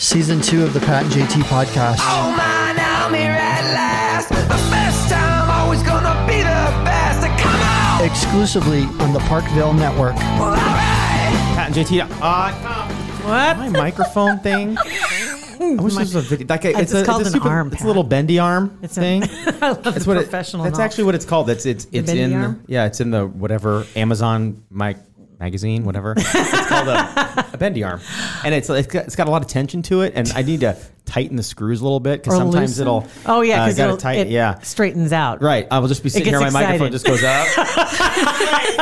Season two of the Pat and JT podcast. Oh man, I'm here at last. The best time, always gonna be the best. Come on! Exclusively on the Parkville Network. Well, alright! Pat and JT. Uh, what? My microphone thing. I wish this was a video. Like, it's, just a, called it's a an stupid- arm, It's a Pat. little bendy arm It's a- thing. I love That's the what it- professional. That's knowledge. actually what it's called. It's it's it's in bendy arm? yeah. It's in the whatever Amazon mic magazine, whatever. it's called a, a bendy arm, and it's it's got, it's got a lot of tension to it. And I need to tighten the screws a little bit because Or sometimes loosen. it'll Oh yeah, uh, because gotta tighten it yeah. straightens out. Right, I will just be sitting here. gets My microphone excited. just goes up.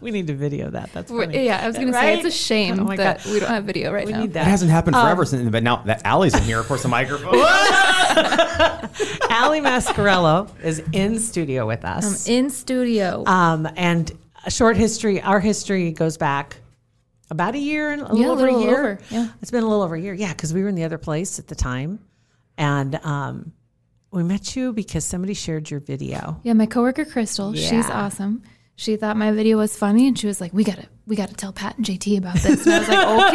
We need to video that. That's We're- funny. yeah, I was gonna say it's a Right? shame Oh my that God. we don't have video right We now. need It that. hasn't happened forever Um, since. But now that Allie's in here, of course, the microphone. Allie Mascarello is in studio with Um, us. in studio. Um, and a short history. Our history goes back about a year and a little Yeah, a over little a year. over, yeah. it's been a little over a year. Yeah, because we were in the other place at the time, and um, we met you because somebody shared your video. yeah, my coworker Crystal, she's Yeah. awesome. She thought my video was funny, and she was like, "We gotta, we gotta tell Pat and JT about this." And I was like,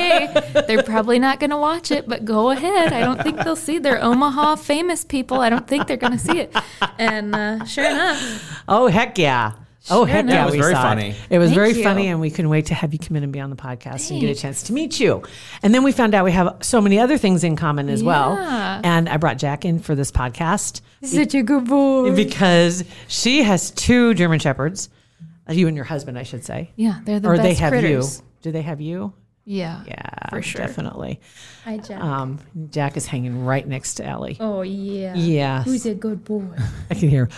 "Okay, they're probably not gonna watch it, but go ahead. I don't think they'll see. They're Omaha famous people. I don't think they're gonna see it." And uh, sure enough, Oh heck yeah! Oh heck enough. yeah! It was we very saw funny. It, it was Thank very you. funny, and we couldn't wait to have you come in and be on the podcast and get a chance to meet you. And then we found out we have so many other things in common as well. Yeah. And I brought Jack in for this podcast such a good boy. because she has two German shepherds. Uh, You and your husband, I should say, yeah, they're the or best they have critters. you. Do they have you? Yeah, Yeah, for sure. definitely. Hi, Jack. Um, Jack is hanging right next to Allie. oh yeah. Yes. Who's a good boy? I can hear.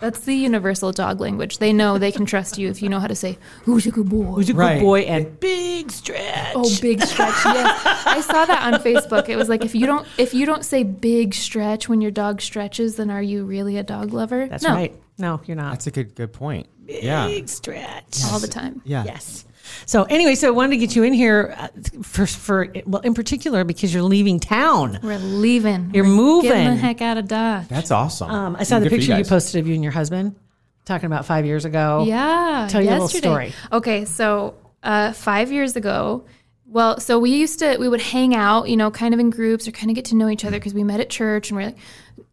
That's the universal dog language. They know they can trust you if you know how to say, who's a good boy? Who's a Right. good boy and big stretch? Oh, big stretch. Yes. I saw that on Facebook. It was like if you don't if you don't say big stretch when your dog stretches, then are you really a dog lover? that's no, right. No, you're not. That's a good good point. Yeah, Big stretch. All the time. yeah. Yes. So anyway, so I wanted to get you in here uh, for for well, in particular because you're leaving town. We're leaving. You're We're Getting moving. the heck out of Dodge. That's awesome. Um, I saw the Good for picture you, guys. posted of you and your husband talking about five years ago. Yeah. Tell your yesterday. little story. Okay, so uh, five years ago, well, so we used to we would hang out, you know, kind of in groups or kind of get to know each other because we met at church and we're like,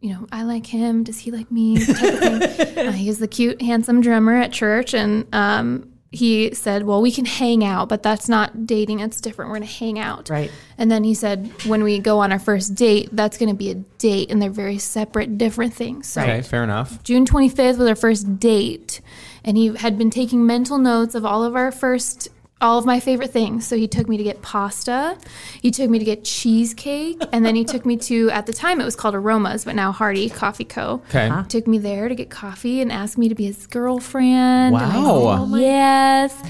you know, I like him. Does he like me? Type of thing. uh, he was the cute, handsome drummer at church, and um, he said, "Well, we can hang out, but that's not dating. It's different. We're gonna hang out." Right. And then he said, "When we go on our first date, that's gonna be a date, and they're very separate, different things." So Okay, fair enough. June 25th was our first date, and he had been taking mental notes of all of our first, all of my favorite things. So he took me to get pasta, he took me to get cheesecake, and then he took me to, at the time it was called Aromas, but now Hardy Coffee Co. Okay. Took me there to get coffee and asked me to be his girlfriend. and I said, Wow. Oh yes.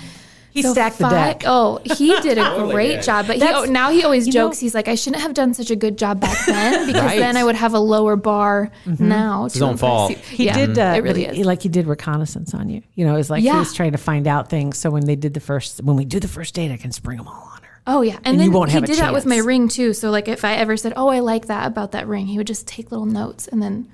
He So stacked the fi- deck. Oh, he did a great job. But he, oh, That's- now he always you know- jokes. he's like, I shouldn't have done such a good job back then because Right. then I would have a lower bar now. It's his own fault. Mm-hmm. He did. Mm. Uh, it really but is. he- like he did reconnaissance on you. You know, it was like he Yeah. was trying to find out things. So when they did the first, when we do the first date, I can spring them all on her. Oh yeah, and, you then won't he have a did that with chance. my ring too. So like, if I ever said, "Oh, I like that about that ring," he would just take little notes and then.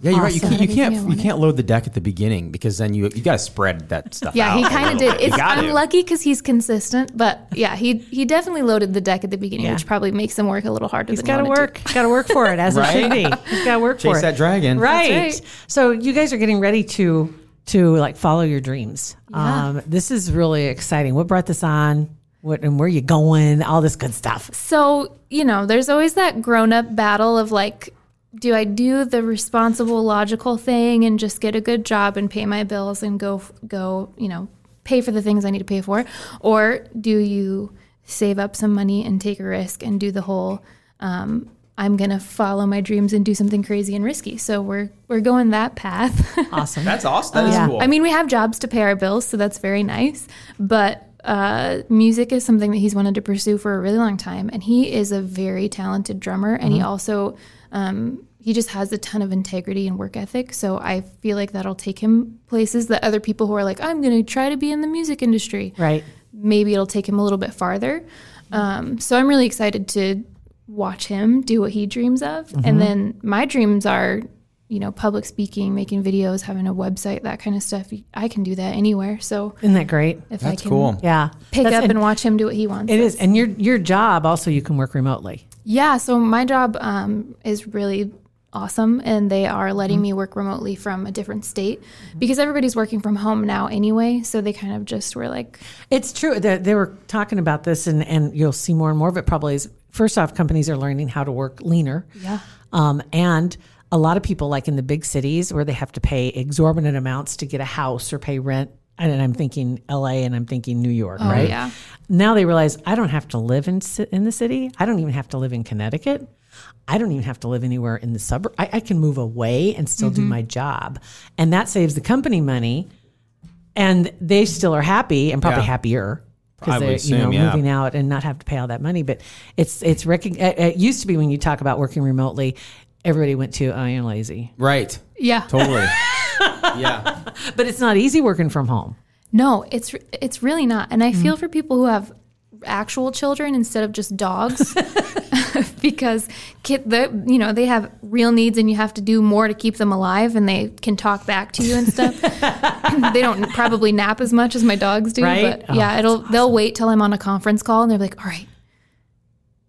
Yeah, you're right. You Awesome. can't you can't Yeah, I you want can't load the deck at the beginning because then you you got to spread that stuff. Yeah, out he a kind of little did. bit. You It's gotta. I'm lucky because he's consistent, but yeah, he he definitely loaded the deck at the beginning, Yeah. which probably makes him work a little harder. He's than got to wanted work. He's got to work for it as Right? it should be. He's got to work for Chase it. that dragon. Right. That's right. So you guys are getting ready to to like follow your dreams. Yeah. Um, this is really exciting. What brought this on? What and where you going? All this good stuff. So you know, there's always that grown up battle of like. Do I do the responsible, logical thing and just get a good job and pay my bills and go go you know pay for the things I need to pay for, or do you save up some money and take a risk and do the whole um, I'm gonna follow my dreams and do something crazy and risky? So we're we're going that path. Awesome. That's awesome. That is Yeah. cool. I mean, we have jobs to pay our bills, so that's very nice. But uh, music is something that he's wanted to pursue for a really long time, and he is a very talented drummer, and he also um, he just has a ton of integrity and work ethic. So I feel like that'll take him places that other people who are like, I'm going to try to be in the music industry, Right. maybe it'll take him a little bit farther. Um, so I'm really excited to watch him do what he dreams of. Mm-hmm. And then my dreams are, you know, public speaking, making videos, having a website, that kind of stuff. I can do that anywhere. So Isn't that great? if I That's can cool. Yeah. pick That's- up and watch him do what he wants. It is, and your your job also you can work remotely. Yeah. So my job um, is really awesome. And they are letting Mm-hmm. me work remotely from a different state because everybody's working from home now anyway. So they kind of just were like, It's true. They, they were talking about this, and and you'll see more and more of it. Probably is first off, companies are learning how to work leaner. Yeah. Um, and a lot of people, like in the big cities, where they have to pay exorbitant amounts to get a house or pay rent. And I'm thinking L.A. and I'm thinking New York, right? yeah. Now they realize I don't have to live in ci- in the city. I don't even have to live in Connecticut. I don't even have to live anywhere in the suburb. I, I can move away and still Mm-hmm. do my job, and that saves the company money, and they still are happy and probably Yeah. happier because Probably they're assume, you know yeah. moving out and not have to pay all that money. But it's it's rec- it, it used to be when you talk about working remotely, everybody went to oh you're lazy, Right. yeah. Totally. yeah. but it's not easy working from home. No, it's it's really not. And I feel for people who have actual children instead of just dogs because kid the you know they have real needs and you have to do more to keep them alive and they can talk back to you and stuff they don't probably nap as much as my dogs do Right? but yeah it'll they'll wait till i'm on a conference call and they're like all right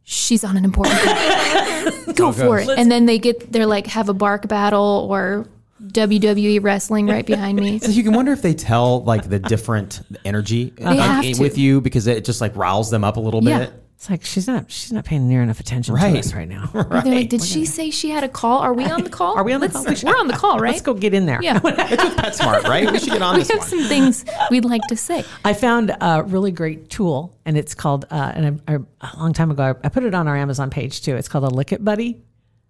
she's on an important call. go for it and then they get they're like have a bark battle or wwe wrestling right behind me So you can wonder if they tell like the different energy in- have in- to. with you because it just like riles them up a little Yeah. bit. It's like she's not she's not paying near enough attention Right. to us right now. They're like, did she say she had a call? Are we on the call? Are we on the Let's- call? We're on the call, right? Let's go get in there. Yeah. It's with PetSmart, right? We should get on we this have one. some things we'd like to say. I found a really great tool, and it's called. Uh, and I, I, a long time ago, I, I put it on our Amazon page too. It's called a Lick It Buddy.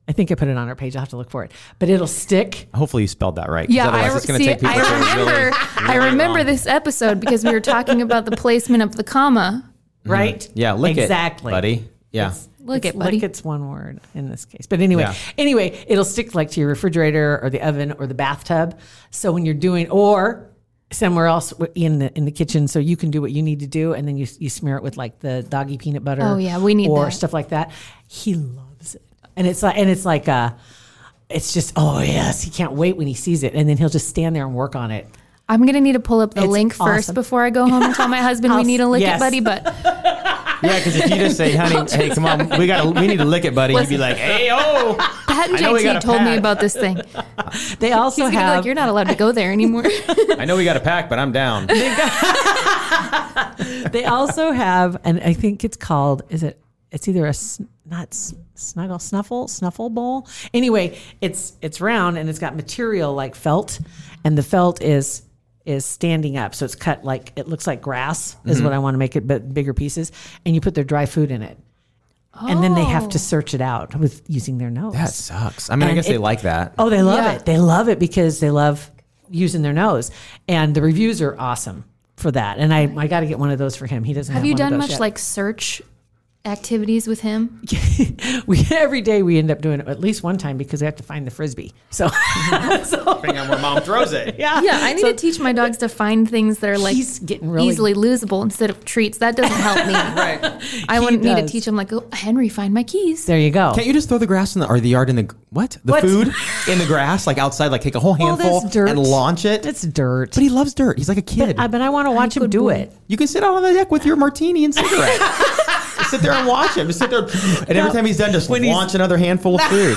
I think I put it on our page. I'll have to look for it, but it'll stick. Hopefully you spelled that right. 'cause otherwise re- it's going to take people I to remember, really, I really remember wrong. this episode because we were talking about the placement of the comma. Right? Mm-hmm. Yeah, lick exactly. it, buddy. Yeah. Look It's at buddy. Lick it's one word in this case, but anyway, Yeah. anyway, it'll stick like to your refrigerator or the oven or the bathtub. So when you're doing or somewhere else w- in the in the kitchen, so you can do what you need to do, and then you you smear it with like the doggy peanut butter. Oh, yeah, we need or that. stuff like that. He loves it, and it's like and it's like uh It's just oh yes, he can't wait when he sees it, and then he'll just stand there and work on it. I'm going to need to pull up the It's link first awesome. before I go home and tell my husband we I'll- need a lick yes. at buddy, but Yeah, because if you just say, honey, hey, come on, we got to, we need to lick it, buddy, you'd be like, hey, oh. Pat and I know we got JT a told me pack. about this thing. They also He's going to be have like, you're not allowed to go there anymore. I know we got a pack, but I'm down. they also have, and I think it's called, is it, it's either a sn- not s- snuggle, snuffle, snuffle bowl. Anyway, it's, it's round and it's got material like felt and the felt is, is standing up. So it's cut like, it looks like grass is Mm-hmm. what I want to make it, but bigger pieces. And you put their dry food in it. And then they Oh. have to search it out with using their nose. That sucks. I mean, I And guess they it- like that. Oh, they love Yeah. it. They love it because they love using their nose, and the reviews are awesome for that. And I, I got to get one of those for him. He doesn't. Have, Have you one of done those much yet. like search activities with him? we every day we end up doing it at least one time because we have to find the frisbee. So, so Depending on where mom throws it. yeah, Yeah, I need to teach my dogs to find things that are like He's getting really- easily losable instead of treats. That doesn't help me. Right. I wouldn't need to does. teach them like, oh, Henry, find my keys. There you go. Can't you just throw the grass in the or the yard in the what the What? food in the grass like outside like take a whole All handful this dirt and launch it? It's dirt. but he loves dirt. He's like a kid. I, but I want to watch him good do boy. it. you can sit out on the deck with your martini and cigarette. Just sit there and watch him. Just sit there, and every time he's done, just when he's- launch another handful of food.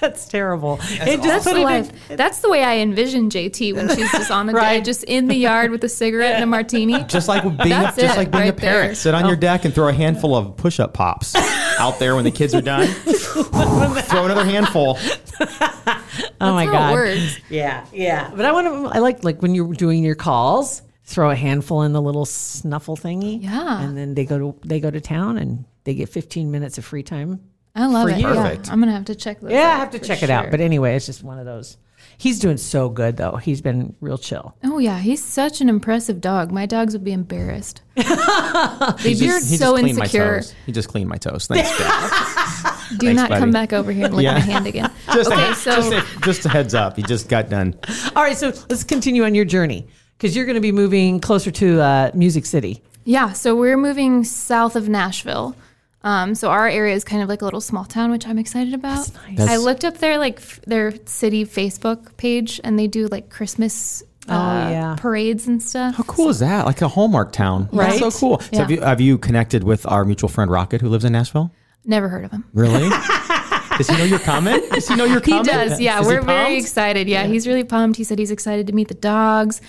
That's terrible. it That's just put the it life. That's the way I envision JT when she's just on the Right. day, just in the yard with a cigarette and a martini. Just like being, a, That's just it like being a right parent, there. Oh. sit on your deck and throw a handful of push-up pops out there when the kids are done. throw another handful. oh my That's how god. it works. Yeah, yeah. But I want to. I like like when you're doing your calls, throw a handful in the little snuffle thingy. Yeah. and then they go to they go to town and they get 15 minutes of free time. I love For it. you. Yeah. Perfect. I'm gonna have to check those. Yeah, I out have to for check it out. sure. But anyway, it's just one of those. He's doing so good though. He's been real chill. Oh yeah, he's such an impressive dog. My dogs would be embarrassed. He just- You're he just so cleaned my insecure. toes. He just cleaned my toes. Thanks, Dad. Do Thanks, not buddy. come back over here and lick Yeah. my hand again. Just, okay, a, so just, a, just a heads up. He just got done. All right, so let's continue on your journey because you're going to be moving closer to uh, Music City. Yeah, so we're moving south of Nashville. Um, so our area is kind of like a little small town, which I'm excited about. That's nice. That's- I looked up their like f- their city Facebook page, and they do like Christmas uh, yeah. parades and stuff. How cool is that? Like a Hallmark town. Right? That's so cool. So have Yeah. you have you connected with our mutual friend Rocket who lives in Nashville? Never heard of him. Really? Does he know your comment? Does he know your He comment? does. Yeah, Is he we're very pumped? excited. Yeah, he's really pumped. He said he's excited to meet the dogs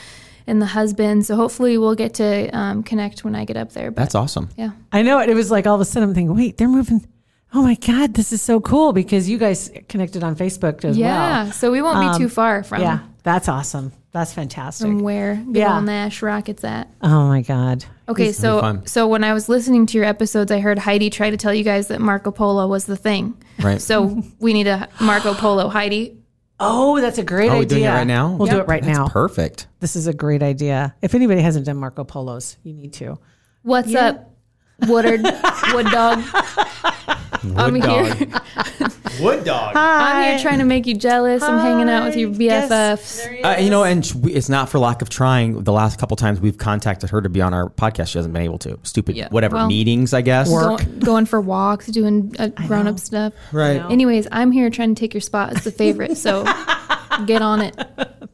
and the husband. So hopefully we'll get to um, connect when I get up there. But That's awesome. yeah. I know it. It was like all of a sudden I'm thinking, wait, they're moving. Oh my God, this is so cool because you guys connected on Facebook as Yeah, well. Um, so we won't be too far from Yeah, that's awesome. That's fantastic. from where good Yeah. old Nash Rockets at. Oh my God. Okay, so fun. so when I was listening to your episodes, I heard Heidi try to tell you guys that Marco Polo was the thing. Right. So we need a Marco Polo Heidi. Oh, that's a great Are idea. we doing it right now? We'll do it right That's now. perfect. this is a great idea. If anybody hasn't done Marco Polo's, you need to. What's up, Woodard Wood Dog? I'm here. Wood dog. I'm here trying to make you jealous. I'm hanging out with your Yes. BFFs. Uh, you know, and sh- we- it's not for lack of trying. The last couple times we've contacted her to be on our podcast, she hasn't been able to. Stupid, Yeah. whatever Well- meetings, I guess. Going, going for walks, doing uh, grown up stuff. Right. I know. Anyways, I'm here trying to take your spot as the favorite. So get on it.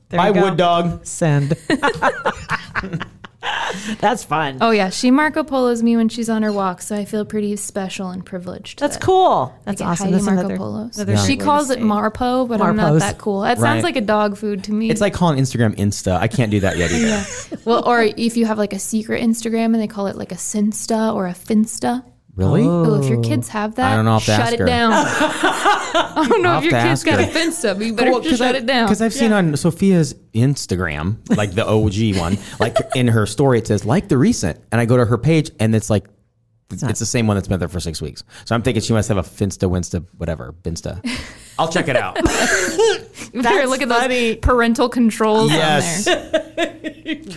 There Bye, you go. wood dog. Send. that's fun. Oh yeah, she Marco Polo's me when she's on her walk, so I feel pretty special and privileged. That's that- cool. That's Get awesome. Heidi That's Marco another, Polos. another She great way to calls it say Marpo, but I'm not Marpos. that cool. That Right. sounds like a dog food to me. It's like calling Instagram Insta. I can't do that yet either. well, or if you have like a secret Instagram and they call it like a Sinsta or a Finsta. Really? Oh, if your kids have that, I don't know if to shut ask it her. down. I don't know I'll if your have to kids ask got a her. Finsta, but you better just shut it down. Because I've seen on Sophia's Instagram, like the OG one, like in her story, it says like the recent, and I go to her page, and it's like. It's, the same one that's been there for six weeks. So I'm thinking she must have a Finsta, Winsta, whatever, Binsta. I'll check it out. You better look at those funny. parental controls Yes. on there.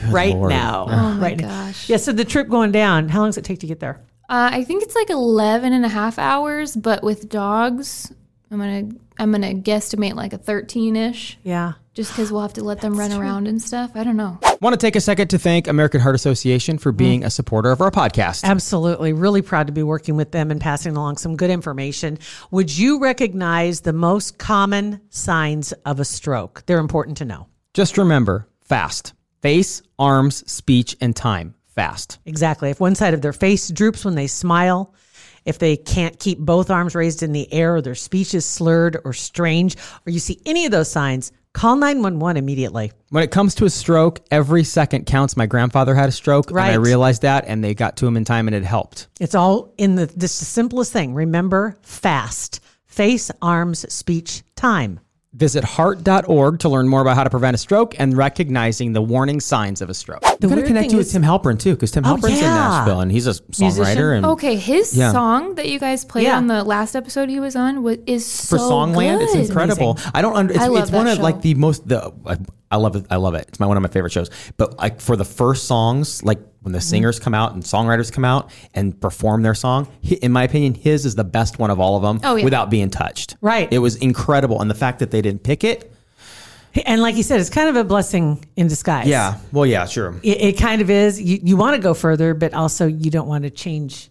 right Lord. now. Oh my right gosh. Now. Yeah, so the trip going down, how long does it take to get there? Uh, I think it's like 11 and a half hours, but with dogs, I'm going to I'm going to guesstimate like a 13ish Yeah. just cuz we'll have to let them run around and stuff. I don't know. Want to take a second to thank American Heart Association for Mm. being a supporter of our podcast. Absolutely. Really proud to be working with them and passing along some good information. Would you recognize the most common signs of a stroke? They're important to know. Just remember fast. Face, arms, speech, and time. Fast. Exactly. If one side of their face droops when they smile, if they can't keep both arms raised in the air, or their speech is slurred or strange, or you see any of those signs, call 911 immediately. When it comes to a stroke, every second counts. My grandfather had a stroke, and I Right. realized that, and they got to him in time, and it helped. It's all in the this is the simplest thing. Remember fast. Face, arms, speech, time. Visit heart.org to learn more about how to prevent a stroke and recognizing the warning signs of a stroke. The weird thing is- Halperin, too, because Tim Oh, yeah. and he's a songwriter. Musician? Oh, Okay, his Yeah. song that you guys played Yeah. on the last episode he was on was is so for Songland. good. It's incredible. I don't. Under, it's I love it's one that of show. like the most. The I, I love it. I love it. It's my one of my favorite shows. But like for the first songs, like when the singers come out and songwriters come out and perform their song, hi- in my opinion, his is the best one of all of them. Oh, yeah. without being touched. Right. It was incredible, and the fact that they didn't pick it. And like you said, it's kind of a blessing in disguise. Yeah. Well. Yeah. Sure. It, it kind of is. You, you want to go further, but also you don't want to change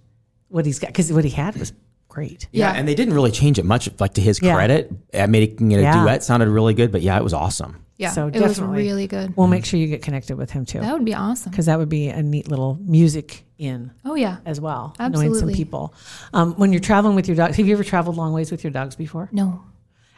what he's got because what he had was great. Yeah. Yeah. and they didn't really change it much. Like to his Yeah. credit, uh, making it a Yeah. duet sounded really good. But yeah, it was awesome. Yeah, So it definitely. was really good. We'll make sure you get connected with him too That would be awesome. because that would be a neat little music in Oh yeah. as well. Knowing some Absolutely. people. Um, when you're traveling with your dogs, have you ever traveled long ways with your dogs before? No.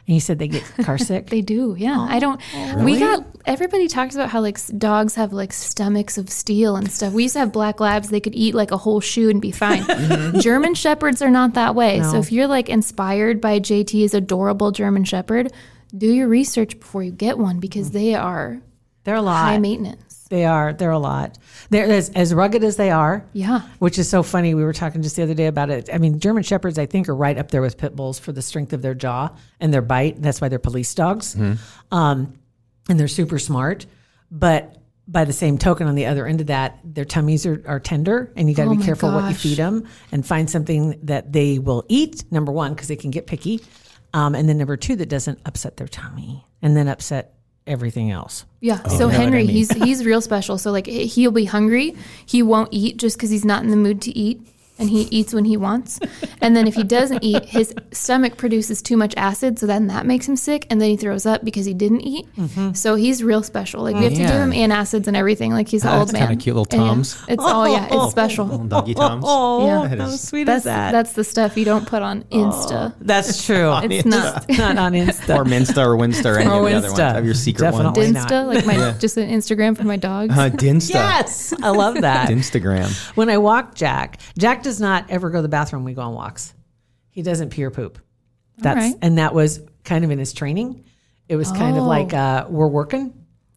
And you said they get car sick? They do, yeah. I don't. We got everybody talks about how like s- dogs have like stomachs of steel and stuff. We used to have black labs; they could eat like a whole shoe and be fine. German shepherds are not that way. So if you're like inspired by JT's adorable German shepherd, do your research before you get one because they are They're a lot. high maintenance. They are. They're a lot. They're as, as rugged as they are. Yeah. Which is so funny. We were talking just the other day about it. I mean, German Shepherds, I think, are right up there with pit bulls for the strength of their jaw and their bite. That's why they're police dogs. Um, and they're super smart. But by the same token, on the other end of that, their tummies are, are tender, and you got to be Oh my careful what you gosh. feed them and find something that they will eat. Number one, because they can get picky, um, and then number two, that doesn't upset their tummy and then upset everything else. Yeah. Oh, so Henry, he's he's real special. So like he- he'll be hungry. He won't eat just because he's not in the mood to eat, and he eats when he wants. And then if he doesn't eat, his stomach produces too much acid, so then that makes him sick, and then he throws up because he didn't eat. So he's real special. Like we have to give Mm-hmm. Yeah. him antacids and everything. Like he's an Oh, old that's man. kinda cute little And yeah, Toms. it's oh yeah, it's special. Little doggy toms. Oh, Yeah. how sweet That's is that? Oh, that's the stuff you don't put on Insta. That's true. It's not Not on Insta. Or Minsta or Winster, any Or of the other ones. Winsta. Have your secret Definitely. one. Why not? Dinsta, like my just an Instagram for my dogs. Uh, Dinsta. yes, I love that. Instagram. when I walk Jack, Jack does not ever go to the bathroom when we go on walks. He doesn't pee or poop. That's right. and that was kind of in his training. It was kind of Oh. like uh, we're working.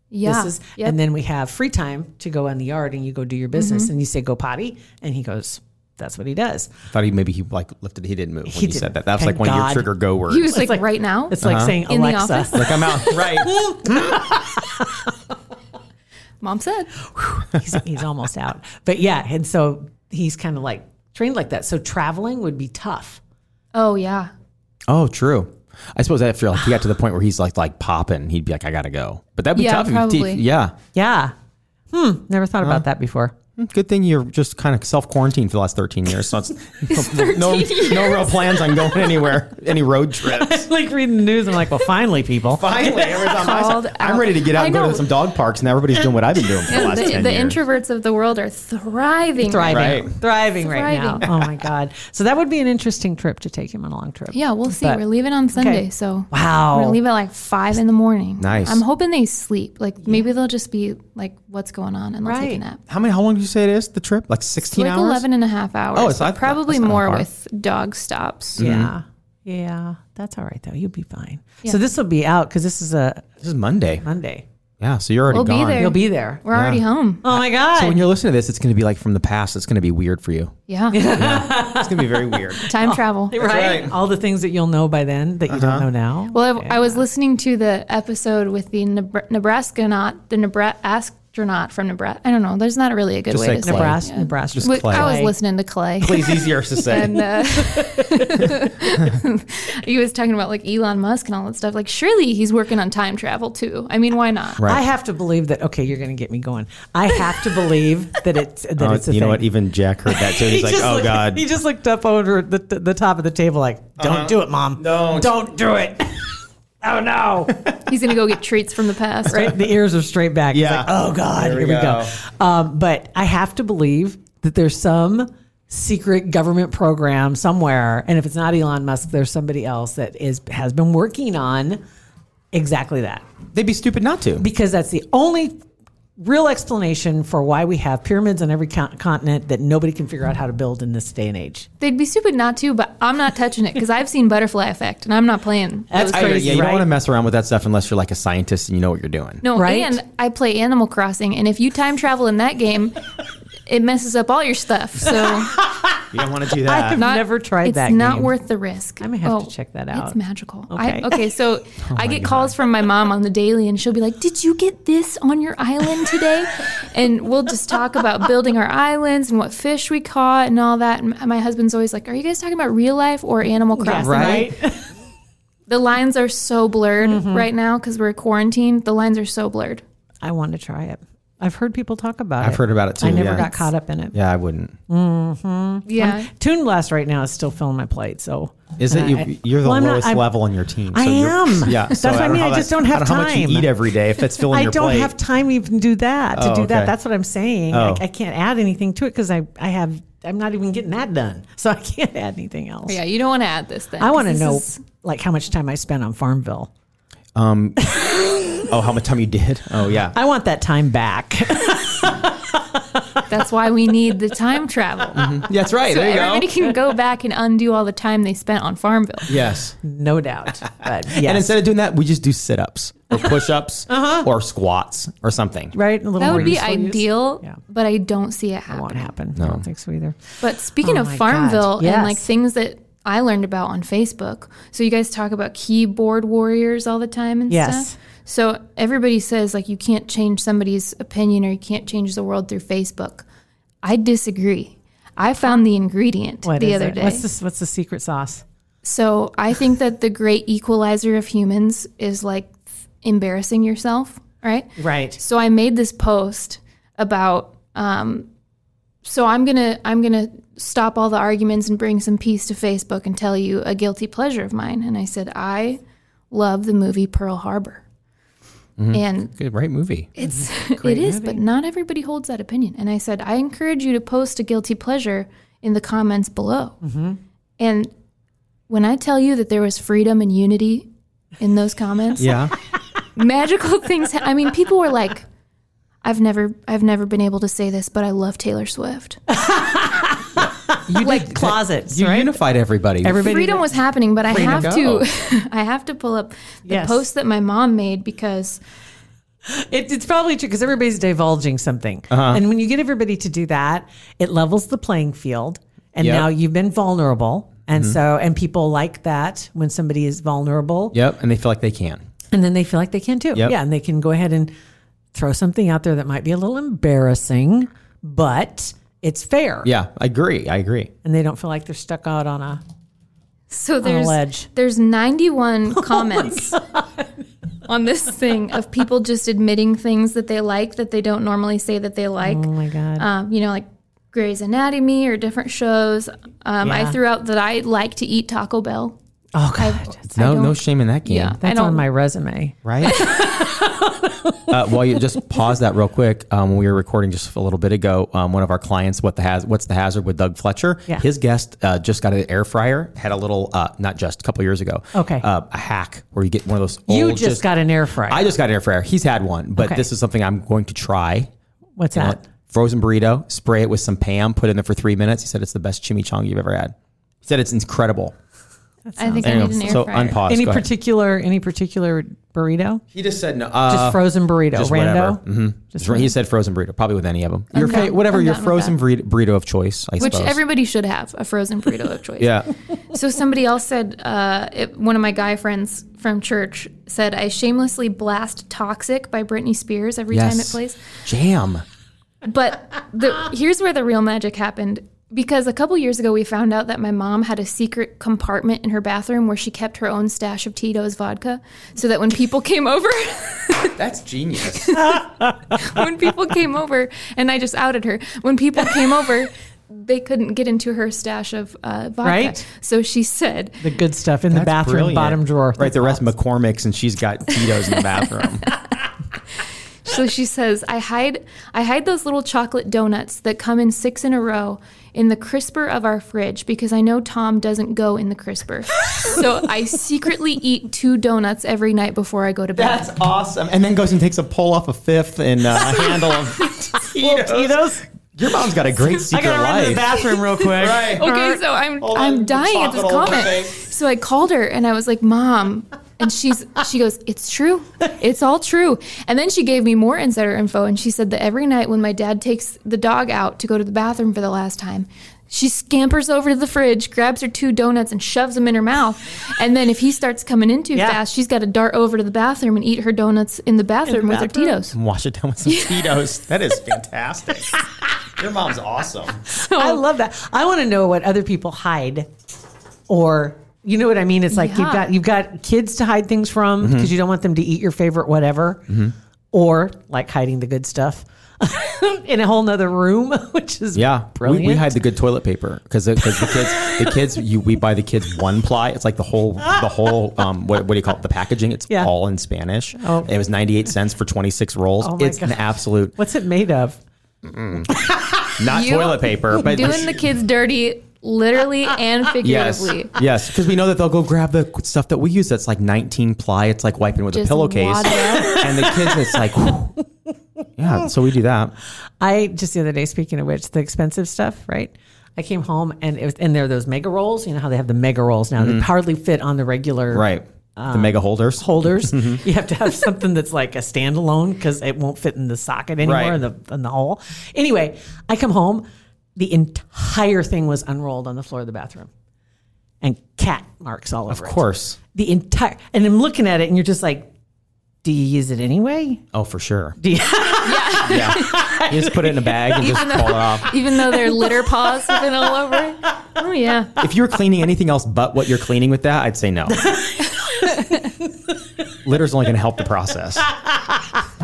yeah. This is, Yep. and then we have free time to go in the yard and you go do your business Mm-hmm. and you say go potty and he goes. That's what he does. I thought he maybe he like lifted. He didn't move when He you didn't. said that. That was Thank like one of God. your trigger go words. he was like, like- right now. It's like saying In the Alexa. office? like I'm out. Right. Mom said. he's, he's almost out. But yeah, and so he's kind of like trained like that. So traveling would be tough. Oh yeah. oh, true. I suppose after like, he got to the point where he's like like popping, he'd be like, I gotta go. But that'd be Yeah, tough. if you- probably. Yeah. Yeah. Hmm. Never thought about that before. Good thing you're just kind of self quarantined for the last 13 years. So it's no, no real plans on going anywhere, any road trips. like reading the news, I'm like, well, finally, people. Finally, everyone's on my side. Called I'm out. ready to get out I and go know. to some dog parks, and everybody's doing what I've been doing for the Yeah, last the 10 the years. introverts of the world are thriving. thriving, Right. thriving right now. Thriving. Oh my god! So that would be an interesting trip to take him on a long trip. Yeah, we'll see. But- we're leaving on Sunday, so Wow. we're gonna leave at like five in the morning. Nice. I'm hoping they sleep. Like maybe they'll just be like, "What's going on?" and they'll take a Right. nap. How many? How long do you say it is? The trip? Like 16 Like hours? eleven and a half 11 and a half hours. Oh, it's- but that's not- probably that's not more far. with dog stops. Mm-hmm. yeah, yeah. That's all right though. You'll be fine. So this will be out because this is a This is Monday. Monday. Yeah, so you're already We'll be gone. there. You'll be there. We're already home. Oh my god! So when you're listening to this, it's going to be like from the past. It's going to be weird for you. Yeah. It's going to be very weird. Time travel. right? right. Uh-huh. all the things that you'll know by then that you don't know now. Well, I, I was listening to the episode with the Nebr- Nebraska not the Nebraska astronaut from Nebraska. I don't know. There's not really a good Just way say to say Clay. Nebraska, Nebraska. Just Wait, Clay. I was Clay. listening to Clay. Please, easier to say. And uh, he was talking about like Elon Musk and all that stuff. Like, surely he's working on time travel too. I mean, why not? Right. I have to believe that. Okay, you're going to get me going. I have to believe that it's that Oh, it's a you know thing. what? Even Jack heard that too. and He's like, just "Oh looked- God." Uh-huh. He just looked up over the, the, the top of the table, like, "Don't do it, mom. Don't." don't do it." oh no! He's gonna go get treats from the past. right? The ears are straight back. Yeah. Yeah. Like, oh God, There here we we go. Um, but I have to believe that there's some secret government program somewhere, and if it's not Elon Musk, there's somebody else that is has been working on exactly that They'd be stupid not to. because that's the only real explanation for why we have pyramids on every con- continent that nobody can figure out how to build in this day and age. They'd be stupid not to, but I'm not touching it because I've seen butterfly effect and I'm not playing. That's those I- crazy, yeah, you right? don't want to mess around with that stuff unless you're like a scientist and you know what you're doing. No, Right? and I play Animal Crossing, and if you time travel in that game, it messes up all your stuff. So You don't want to do that. not- never tried it's that not game. worth the risk. I may have to check that out. It's magical. Okay. Oh I, okay, so I get calls from my mom on the daily, and she'll be like, "Did you get this on your island today?" and we'll just talk about building our islands and what fish we caught and all that. And my husband's always like, "Are you guys talking about real life or Animal Crossing?" right? The lines are so blurred Mm-hmm. right now because we're quarantined. The lines are so blurred. I want to try it. I've heard people talk about it. I've heard about it too. I never yeah. got caught up in it. Yeah, I wouldn't. Yeah. Tune Blast right now is still filling my plate. So Is And it I- you, you're the Well, I'm not- lowest I'm- level on your team? I you're- am. Yeah, That's so what I don't mean, know I how just that- don't have I know how much time. you eat every day if it's filling I your don't plate. have time even do that to Oh, do that. okay. That's what I'm saying. Oh. I, I can't add anything to it because I, I have I'm not even getting that done, so I can't add anything else. Yeah, you don't want to add this thing. I want to 'cause this know is- like how much time I spent on Farmville. oh, how much time you did? Oh yeah. I want that time back. That's why we need the time travel. That's right. So there you everybody go. can go back and undo all the time they spent on Farmville. Yes. no doubt. But yes. Uh-huh. And instead of doing that, we just do sit ups or push ups or squats or something. right? A little That more would be useful use. ideal, Yeah. but I don't see it Won't happen. happen. I don't think so either. But speaking Oh of my God, Farmville and like yes. things that I learned about on Facebook, so you guys talk about keyboard warriors all the time and Yes. stuff. So everybody says like you can't change somebody's opinion or you can't change the world through Facebook. I disagree. I found the ingredient What the is other it? day. What's this? What's the secret sauce? So I think that the great equalizer of humans is like embarrassing yourself, right? Right. So I made this post about um, so I'm gonna I'm gonna stop all the arguments and bring some peace to Facebook and tell you a guilty pleasure of mine. And I said I love the movie Pearl Harbor, and Good, right movie. it's it is, but not everybody holds that opinion. And I said, I encourage you to post a guilty pleasure in the comments below. And when I tell you that there was freedom and unity in those comments, Yeah. magical things. ha- I mean, people were like, "I've never, I've never been able to say this, but I love Taylor Swift." You like closets, You right? unified everybody. Everybody. Freedom was happening, but I have Go. to, I have to pull up the Yes. post that my mom made because It, it's probably true because everybody's divulging something. Uh-huh. And when you get everybody to do that, it levels the playing field. And Yep. Mm-hmm. now you've been vulnerable. And so, and people like that when somebody is vulnerable. Yep. And they feel like they can. And then they feel like they can too. Yep. Yeah. And they can go ahead and throw something out there that might be a little embarrassing, but it's fair. Yeah. I agree. I agree. And they don't feel like they're stuck out on a. so there's ledge. there's Oh 91 comments on this thing of people just admitting things that they like that they don't normally say that they like. Oh my God. um, you know, like Grey's Anatomy or different shows. Um, I Yeah. threw out that I like to eat Taco Bell. oh, God. No, don't- no shame in that game. Yeah, I That's don't. on my resume. right? uh, well, you just pause that real quick. Um, when we were recording just a little bit ago, um, one of our clients, what the has, what's the hazard with Doug Fletcher? Yeah. His guest uh, just got an air fryer. Had a little, uh, not just a couple years ago. Okay. uh, a hack where you get one of those. You old, just, got an air fryer. I just got an air fryer. He's had one, but Okay. this is something I'm going to try. What's that? Frozen burrito, spray it with some Pam, put it in there for three minutes. He said it's the best chimichanga you've ever had. He said it's incredible. I think I There you need go. an air so fryer. unpause. any Go ahead. particular any particular burrito? He just said no. Just Uh, frozen burrito, just rando. whatever. Mhm. Just he said frozen burrito, probably with any of them. Your down- fa- whatever I'm your down with frozen burrito, burrito of choice, I Which suppose. everybody should have a frozen burrito of choice. yeah, So somebody else said, uh, it, one of my guy friends from church said, I shamelessly blast "Toxic" by Britney Spears every time it Yes. plays. jam. But the, here's where the real magic happened. Because a couple years ago, we found out that my mom had a secret compartment in her bathroom where she kept her own stash of Tito's vodka, so that when people came over, That's genius. when people came over, and I just outed her. When people came over, they couldn't get into her stash of uh, vodka. Right. So she said, The good stuff in the bathroom bottom drawer. Right, the rest McCormick's, and she's got Tito's in the bathroom. so she says, I hide, I hide those little chocolate donuts that come in six in a row in the crisper of our fridge because I know Tom doesn't go in the crisper. so I secretly eat two donuts every night before I go to bed. That's awesome. And then goes and takes a pull off a fifth and uh, a handle of Tito's. Tito's. Your mom's got a great I secret gotta run to the life. bathroom real quick. Right. Okay, so I'm Hold on, I'm the dying at this chocolate all over the comment. face. So I called her and I was like, "Mom," and she's she goes, "It's true, it's all true." And then she gave me more insider info, and she said that every night when my dad takes the dog out to go to the bathroom for the last time. She scampers over to the fridge, grabs her two donuts, and shoves them in her mouth. And then, if he starts coming in too Yeah. fast, she's got to dart over to the bathroom and eat her donuts in the bathroom, with her bathroom? Tito's. And wash it down with some Tito's. That is fantastic. Your mom's awesome. I love that. I want to know what other people hide, or you know what I mean. It's like you've Yeah. got you've got kids to hide things from Mm-hmm. because you don't want them to eat your favorite whatever, or like hiding the good stuff in a whole nother room, which is Yeah, we, brilliant. we hide the good toilet paper because because the kids the kids you we buy the kids one ply. It's like the whole the whole um what, what do you call it the packaging? It's Yeah. all in Spanish. Oh. it was ninety eight cents for twenty six rolls. Oh my it's an gosh. absolute What's it made of? not You- toilet paper, but Doing the kids dirty, literally and yes figuratively. yes because we know that they'll go grab the stuff that we use that's like nineteen ply. It's like wiping with a Just pillowcase, wad it up. and the kids it's like. whew. Yeah, so we do that. I just the other day, speaking of which, the expensive stuff, right? I came home and it was, and there are those mega rolls. You know how they have the mega rolls now; they hardly fit on the regular Mm-hmm. Right. Mm-hmm. the mega holders. holders. You have to have something that's like a standalone because it won't fit in the socket anymore Right. in the in the hole. Anyway, I come home, the entire thing was unrolled on the floor of the bathroom, and cat marks all over of course. The entire, and I'm looking at it, and you're just like, "Do you use it anyway?" Oh, for sure. you- yeah. You just put it in a bag and just pull it off. Even though they're litter paws have been all over it. Oh, yeah. If you were cleaning anything else but what you're cleaning with that, I'd say no. Litter's only going to help the process.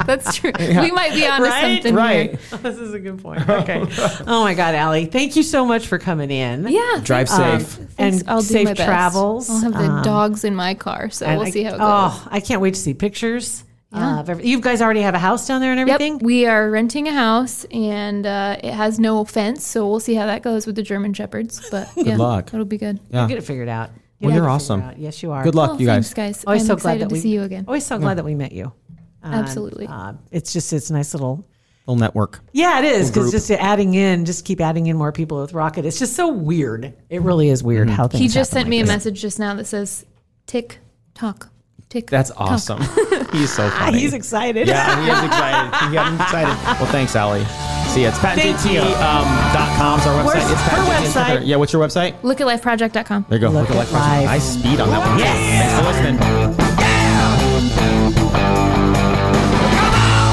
That's true. We might be onto Right? something Right. this is a good point. Okay. oh my God, Allie, thank you so much for coming in. Um, here. Yeah. Drive thanks. safe. Thanks. And safe travels. I'll have the Um, dogs in my car, so And we'll I- see how it goes. Oh, I can't wait to see pictures. Yeah. Uh, of every, you guys already have a house down there and everything. Yep, we are renting a house and uh, it has no fence, so we'll see how that goes with the German shepherds. But yeah, luck. it'll be good. Yeah. Get it figured out. Get Well, it you're figured awesome. out. Yes, you are. Good luck, Oh, you guys. thanks, guys. Always I'm so glad excited that to we see you again. Always so glad that we met you. Um, Absolutely. uh, it's just it's a nice little. Little network. Yeah, it is because group. just adding in, just keep adding in more people with Rocket. It's just so weird. It really is weird Mm-hmm. how things. He just happen sent like me a this. message just now that says tick tock tick. That's tock." awesome. He's so funny. He's excited. Yeah, he is excited. He got him excited. Well, thanks, Allie. See ya. It's Thank you. patentjt.com. Um, is our website. Where's it's her patentjt. website? Yeah, what's your website? Lookatlifeproject.com. There you go. Look at at Life Project. Life. Nice speed on that one. Yes. Thanks for listening.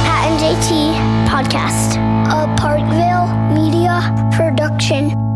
Pat and JT Podcast, a Parkville media production.